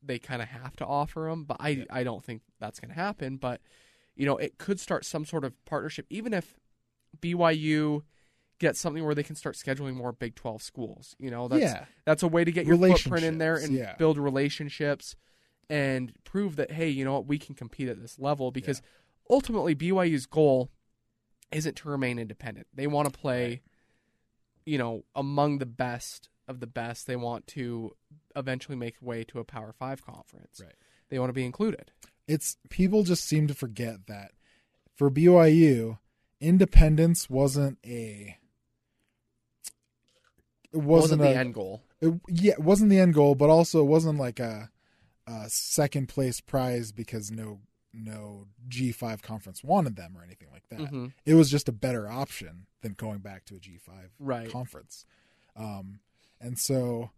they kind of have to offer them but i
Yeah.
i don't think that's going to happen but you know it could start some sort of partnership even if BYU gets something where they can start scheduling more Big 12 schools you know
Yeah.
that's
Yeah.
that's a way to get your footprint in there and
Relationships, yeah.
build relationships and prove that hey, you know what, we can compete at this level because ultimately BYU's goal isn't to remain independent. They want to play
Right.
you know, among the best of the best. They want to eventually make way to a Power 5 conference.
Right.
They want to be included.
It's people just seem to forget that for BYU, independence wasn't a it wasn't,
Wasn't,
a,
the end goal.
it, yeah, it wasn't the end goal, but also it wasn't like a, a second place prize because no no G five conference wanted them or anything like that.
Mhm.
It was just a better option than going back to a G five
Right.
conference. Um, and so,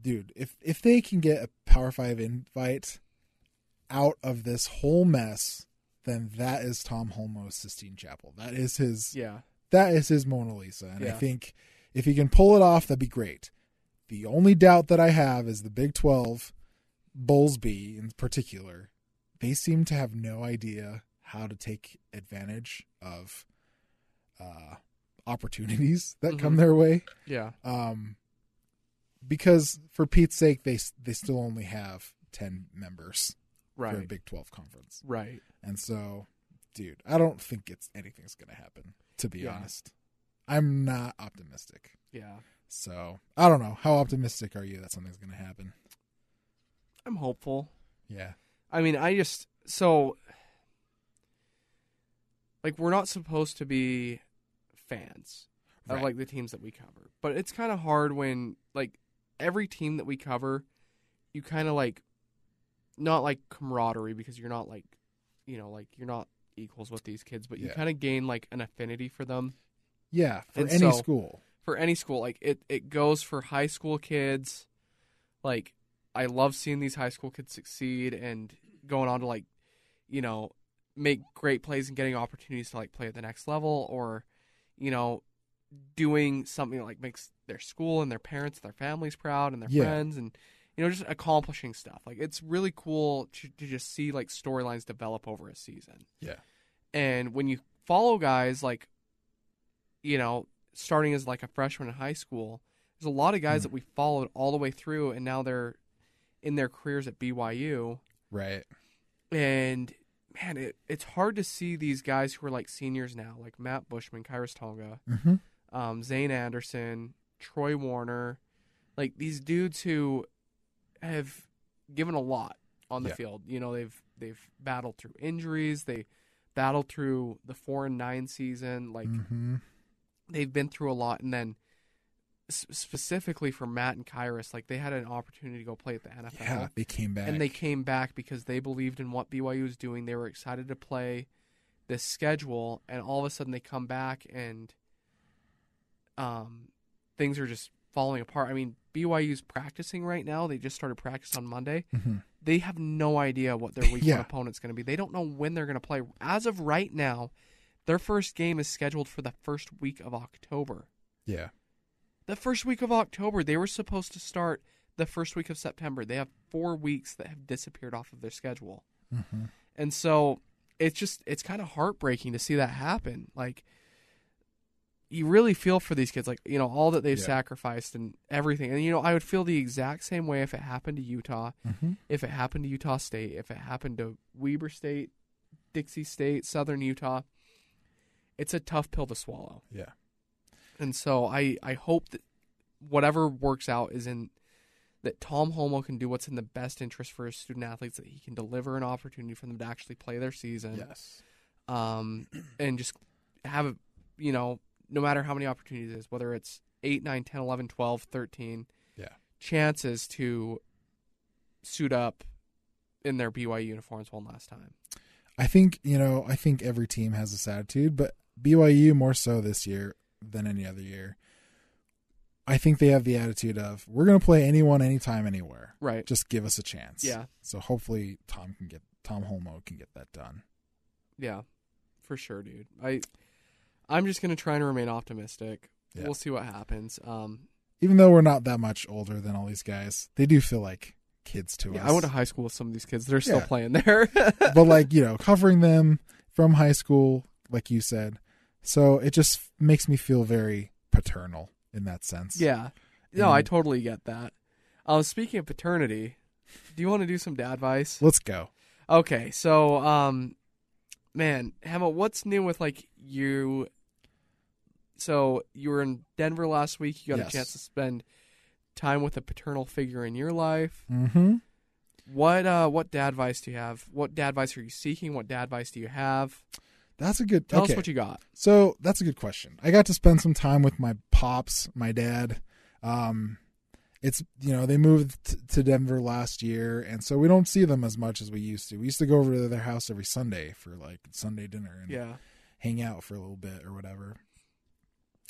dude, if if they can get a Power Five invite out of this whole mess, then that is Tom Holmo's Sistine Chapel. That is his
Yeah.
that is his Mona Lisa. And I
Yeah.
think if he can pull it off, that'd be great. The only doubt that I have is the Big 12, Bowlesby in particular, they seem to have no idea how to take advantage of uh, opportunities that come
Mhm.
their way.
Yeah.
Um, because for Pete's sake, they they still only have 10 members for a
Right.
Big 12 conference.
Right.
And so, dude, I don't think it's anything's going to happen, to be
Yeah.
honest. I'm not optimistic.
Yeah.
So, I don't know. How optimistic are you that something's going to happen?
I'm hopeful.
Yeah.
I mean, I just so like we're not supposed to be fans
Right.
of like the teams that we cover, but it's kind of hard when like every team that we cover, you kind of like not like camaraderie because you're not like you know like you're not equals with these kids, but you
Yeah.
kind of gain like an affinity for them
Yeah, for
And
any
so-
school.
for any school. Like it, it goes for high school kids. Like I love seeing these high school kids succeed and going on to like, you know, make great plays and getting opportunities to like play at the next level or, you know, doing something that like makes their school and their parents, their families proud and their
Yeah.
friends and you know just accomplishing stuff. Like it's really cool to, to just see like storylines develop over a season.
Yeah.
And when you follow guys like you know, starting as like a freshman in high school, there's a lot of guys
Hmm.
that we followed all the way through, and now they're in their careers at BYU.
Right.
And man, it, it's hard to see these guys who are like seniors now, like Matt Bushman, Kairos Tonga,
Mm-hmm.
um, Zane Anderson, Troy Warner, like these dudes who have given a lot on the
Yeah.
field. You know, they've they've battled through injuries, they battled through the four and nine season, like
mm-hmm.
they've been through a lot and then s- specifically for Matt and Kyrus like they had an opportunity to go play at the NFL
Yeah, they came back.
and they came back because they believed in what BYU was doing they were excited to play this schedule and all of a sudden they come back and um things are just falling apart I mean BYU's practicing right now they just started practice on Monday
Mhm.
they have no idea what their week
Yeah.
one opponent's going to be. They don't know when they're going to play. As of right now, their first game is scheduled for the first week of October.
Yeah.
The first week of October, they were supposed to start the first week of September. They have four weeks that have disappeared off of their schedule.
Mm-hmm.
And so it's just, it's kind of heartbreaking to see that happen. Like, you really feel for these kids, like, you know, all that they've
Yeah.
sacrificed and everything. And, you know, I would feel the exact same way if it happened to Utah
Mm-hmm.
if it happened to Utah State, if it happened to Weber State, Dixie State, Southern Utah. It's a tough pill to swallow.
Yeah.
And so I, I hope that whatever works out is in that Tom Homo can do what's in the best interest for his student athletes, that he can deliver an opportunity for them to actually play their season.
Yes.
Um, and just have, a, you know, no matter how many opportunities it is, whether it's 8, 9, 10, 11, 12, 13,
Yeah.
chances to suit up in their BYU uniforms one last time.
I think you know. I think every team has this attitude, but BYU more so this year than any other year. I think they have the attitude of we're going to play anyone, anytime, anywhere.
Right.
Just give us a chance.
Yeah.
So hopefully Tom can get Tom Holmo can get that done.
Yeah. For sure, dude. I I'm just going to try and remain optimistic.
Yeah.
We'll see what happens. Um
Even though we're not that much older than all these guys, they do feel like kids to
yeah,
us.
I went to high school with some of these kids. They're still
Yeah.
playing there.
but like you know covering them from high school like you said so it just makes me feel very paternal in that sense
yeah. No, I
And-
totally get that. Um speaking of paternity, do you want to do some dad advice?
let's go
Okay, so um man, Emma, what's new with like you so you were in Denver last week, you got
Yes.
a chance to spend time with a paternal figure in your life.
mm-hmm
What uh what dad advice do you have? What dad advice are you seeking? What dad advice do you have?
that's a good
Tell
okay
us what you got.
so that's a good question i got to spend some time with my pops my dad um it's you know they moved t- to denver last year and so we don't see them as much as we used to we used to go over to their house every sunday for like sunday dinner and
Yeah.
hang out for a little bit or whatever.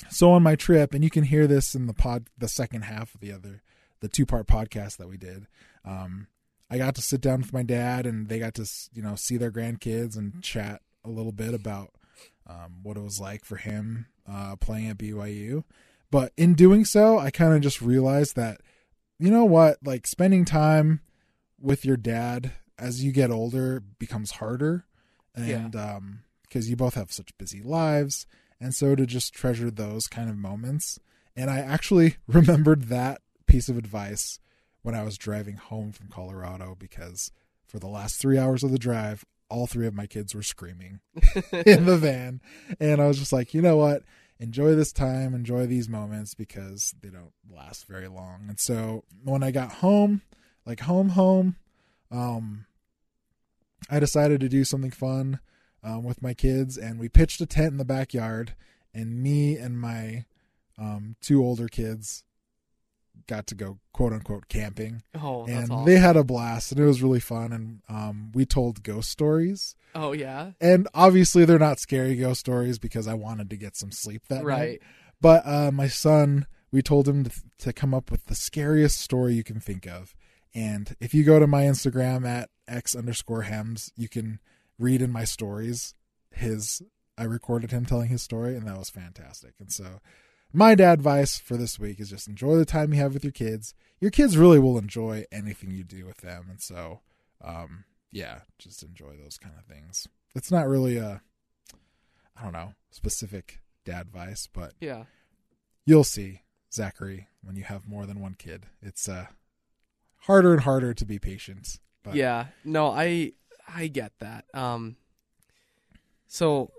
So on my trip, and you can hear this in the pod, the second half of the other, the two part podcast that we did. Um, I got to sit down with my dad, and they got to s- you know see their grandkids and chat a little bit about um, what it was like for him uh, playing at BYU. But in doing so, I kind of just realized that you know what, like spending time with your dad as you get older becomes harder,
Yeah.
and um, because you both have such busy lives, and so to just treasure those kind of moments. And I actually remembered that piece of advice when I was driving home from Colorado because for the last three hours of the drive, all three of my kids were screaming in the van. And I was just like, you know what? Enjoy this time, enjoy these moments because they don't last very long. And so when I got home, like home, home, um, I decided to do something fun um, with my kids, and we pitched a tent in the backyard. And me and my um, two older kids got to go quote unquote camping,
Oh, that's
and
awesome.
they had a blast, and it was really fun. And um, we told ghost stories,
oh yeah.
and obviously they're not scary ghost stories because I wanted to get some sleep that night.
Right.
But uh, my son, we told him to, to come up with the scariest story you can think of. And if you go to my Instagram at x underscore hems, you can read in my stories his. I recorded him telling his story, and that was fantastic. And so, my dad advice for this week is just enjoy the time you have with your kids. Your kids really will enjoy anything you do with them, and so, um, yeah, just enjoy those kind of things. It's not really a, I don't know, specific dad advice, but
Yeah.
you'll see, Zachary, when you have more than one kid. It's uh harder and harder to be patient. But
Yeah. No, I I get that. Um so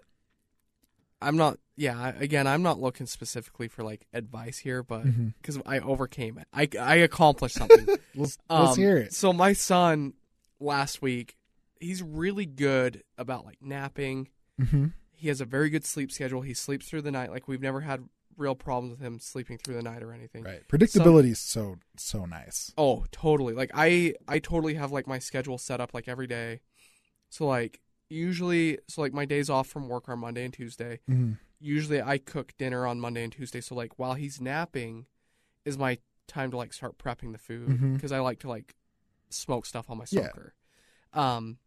I'm not yeah, I- again, I'm not looking specifically for like advice here, but
Mhm.
cuz I overcame it. I I accomplished something.
let's
Um,
let's hear it.
So my son last week, he's really good about like napping.
hmm
He has a very good sleep schedule. He sleeps through the night. Like we've never had real problems with him sleeping through the night or anything.
Right, predictability is so so nice.
Oh, totally. Like I I totally have like my schedule set up like every day. So like usually so like my days off from work are Monday and Tuesday.
Mhm.
Usually I cook dinner on Monday and Tuesday. So like while he's napping is my time to like start prepping the food
Mhm.
because I like to like smoke stuff on my
Yeah.
smoker. Um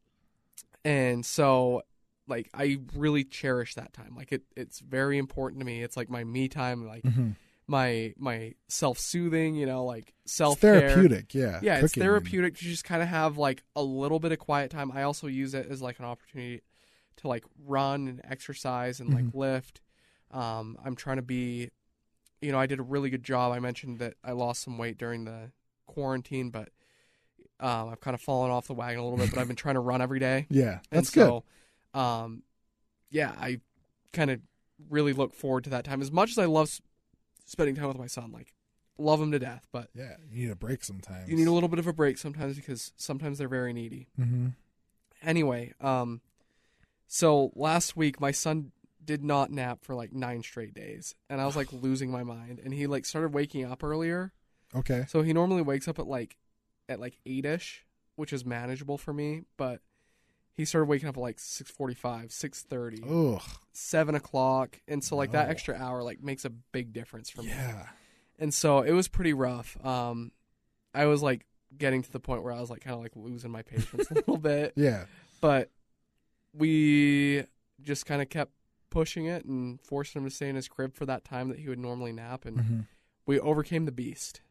and so like I really cherish that time. Like it it's very important to me. It's like my me time, like
Mhm.
my my self-soothing, you know, like
It's
self-care
therapeutic, yeah.
yeah, it's
cooking and-
therapeutic to just kind of have like a little bit of quiet time. I also use it as like an opportunity to like run and exercise and like
Mhm.
lift. Um, I'm trying to be, you know, I did a really good job. I mentioned that I lost some weight during the quarantine, but um, I've kind of fallen off the wagon a little bit. But I've been trying to run every day.
Yeah,
And
that's good.
so Um, yeah, I kind of really look forward to that time. As much as I love s- spending time with my son, like love him to death, but
Yeah, you need a break sometimes.
you need a little bit of a break sometimes because sometimes they're very needy.
Mm-hmm.
Anyway, um, so last week my son did not nap for like nine straight days, and I was like losing my mind. And he like started waking up earlier,
Okay.
so he normally wakes up at like at like eight ish, which is manageable for me, but. He started waking up at like six forty-five, six thirty
Ugh.
seven o'clock, and so like that
No.
extra hour like makes a big difference for me.
Yeah.
And so it was pretty rough. Um, I was like getting to the point where I was like kind of like losing my patience a little bit,
Yeah.
but we just kind of kept pushing it and forcing him to stay in his crib for that time that he would normally nap, and
hmm
we overcame the beast.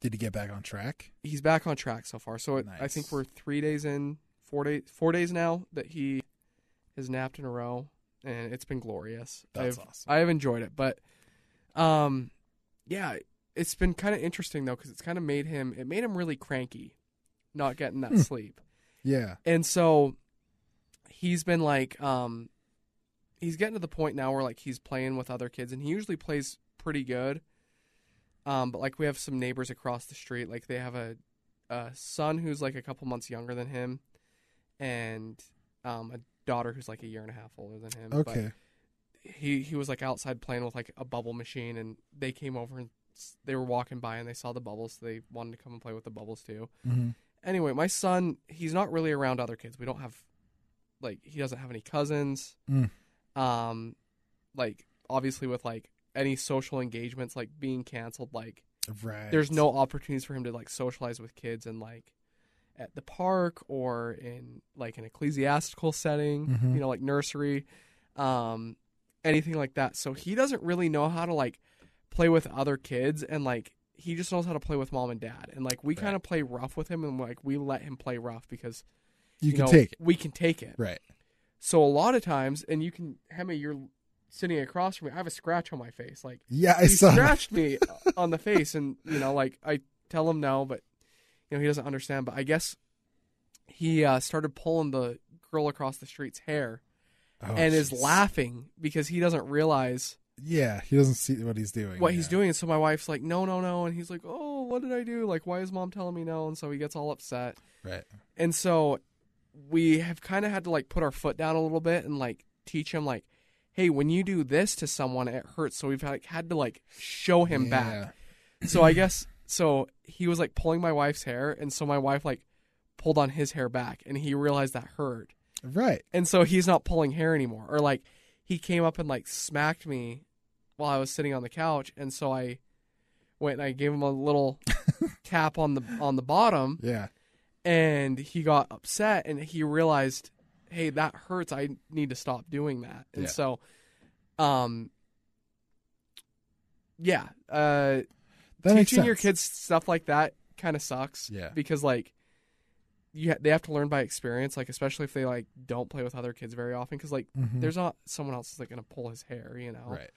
Did he get back on track?
He's back on track so far. So it, I
Nice.
think we're three days in, four days, four days now that he has napped in a row, and it's been glorious.
That's
I've-
awesome.
I have enjoyed it, but um, yeah, it's been kind of interesting though because it's kind of made him it made him really cranky, not getting that
Hmm.
sleep,
yeah.
and so he's been like um, he's getting to the point now where like he's playing with other kids, and he usually plays pretty good, um, but like we have some neighbors across the street, like they have a a son who's like a couple months younger than him, and um, a daughter who's like a year and a half older than him. but-
Okay.
he he was like outside playing with like a bubble machine and they came over and s- they were walking by and they saw the bubbles so they wanted to come and play with the bubbles too
hmm
anyway my son he's not really around other kids we don't have like he doesn't have any cousins
Mm.
um like obviously with like any social engagements like being canceled like
Right.
there's no opportunities for him to like socialize with kids and like at the park or in like an ecclesiastical setting,
Mhm.
you know, like nursery, um, anything like that. So he doesn't really know how to like play with other kids and like he just knows how to play with mom and dad. And like we
Right.
kind of play rough with him and like we let him play rough because
You, can
know,
take it.
We can take it.
Right.
So a lot of times, and you can, Hemi, you're sitting across from me. I have a scratch on my face. Like
Yeah, I
he
saw. that.
scratched me on the face, and you know, like I tell him no, but you know he doesn't understand. But I guess he uh, started pulling the girl across the street's hair
Oh,
and is
jeez.
laughing because he doesn't realize
Yeah, he doesn't see what he's doing.
what
yeah.
he's doing. And so my wife's like, "No, no, no," and he's like, "Oh, what did I do? Like, why is mom telling me no?" And so he gets all upset.
Right.
And so we have kind of had to like put our foot down a little bit and like teach him like, "Hey, when you do this to someone, it hurts." So we've like had to like show him back.
Yeah.
so I guess so he was like pulling my wife's hair, and so my wife like pulled on his hair back, and he realized that hurt,
Right.
and so he's not pulling hair anymore. Or like he came up and like smacked me while I was sitting on the couch, and so I went and I gave him a little tap on the on the bottom,
Yeah.
and he got upset, and he realized, hey, that hurts. I need to stop doing that, and
Yeah.
so, um. Yeah, uh,
That makes
teaching your
sense.
kids stuff like that kind of sucks.
Yeah.
Because like, you ha- they have to learn by experience. Like especially if they like don't play with other kids very often. Because like,
Mhm.
there's not someone else that's like gonna pull his hair, you know.
Right.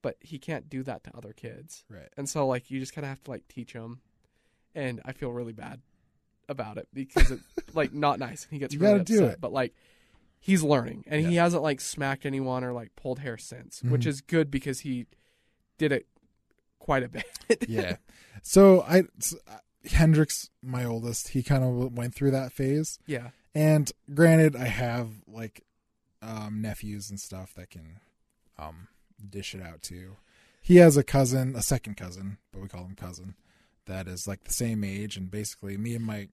But he can't do that to other kids,
Right.
and so like you just kind of have to like teach him. And I feel really bad about it because it's like not nice, and he gets
You
really
gotta do
upset.
it.
But like. He's learning, and he
Yeah.
hasn't like smacked anyone or like pulled hair since, which
Mhm.
is good because he did it quite a bit.
yeah. So I s- uh, Hendrix, my oldest, he kind of went through that phase.
yeah,
And granted, I have like um, nephews and stuff that can um, dish it out too. He has a cousin, a second cousin, but we call him cousin, that is like the same age. And basically, me and my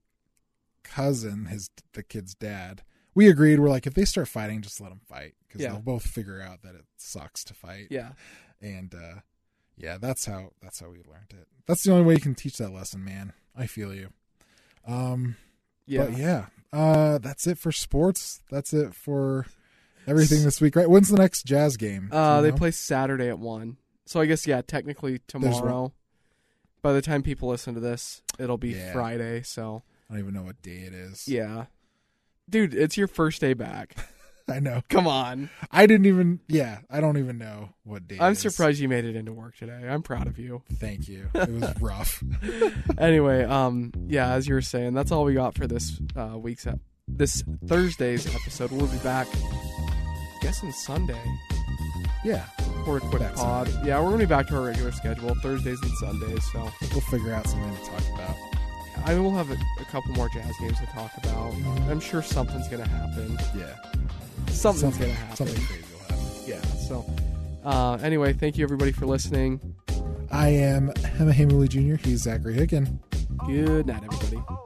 cousin, his the kid's dad, we agreed we're like if they start fighting, just let them fight because
Yeah.
they'll both figure out that it sucks to fight
yeah.
and uh yeah that's how that's how we learned it that's the only way you can teach that lesson man i feel you um
Yeah.
but yeah uh that's it for sports that's it for everything this week right when's the next jazz game Do
Uh,
you
they
know?
play Saturday at one. So I guess yeah, technically
one.
tomorrow. By the time people listen to this, it'll be
Yeah.
Friday. So
i don't even know what day it is
yeah, dude, it's your first day back.
i know
Come on,
i didn't even yeah i don't even know what day it
I'm
is.
surprised you made it into work today. I'm proud of you.
thank you it was rough
anyway, um, yeah, as you were saying, that's all we got for this uh, week's ep- this Thursday's episode. We'll be back, I'm guessing Sunday
Yeah,
for a quick
Back
pod. Yeah, we're gonna be back to our regular schedule, Thursdays and Sundays. So
we'll figure out something to talk about.
I mean, we'll have a, a couple more jazz games to talk about. I'm sure something's gonna happen.
Yeah,
Something's
something,
gonna happen.
something crazy will happen.
Yeah. So uh, anyway, thank you everybody for listening.
I am Hema Hamuli Jr. He's Zachary Hicken.
Good night, everybody.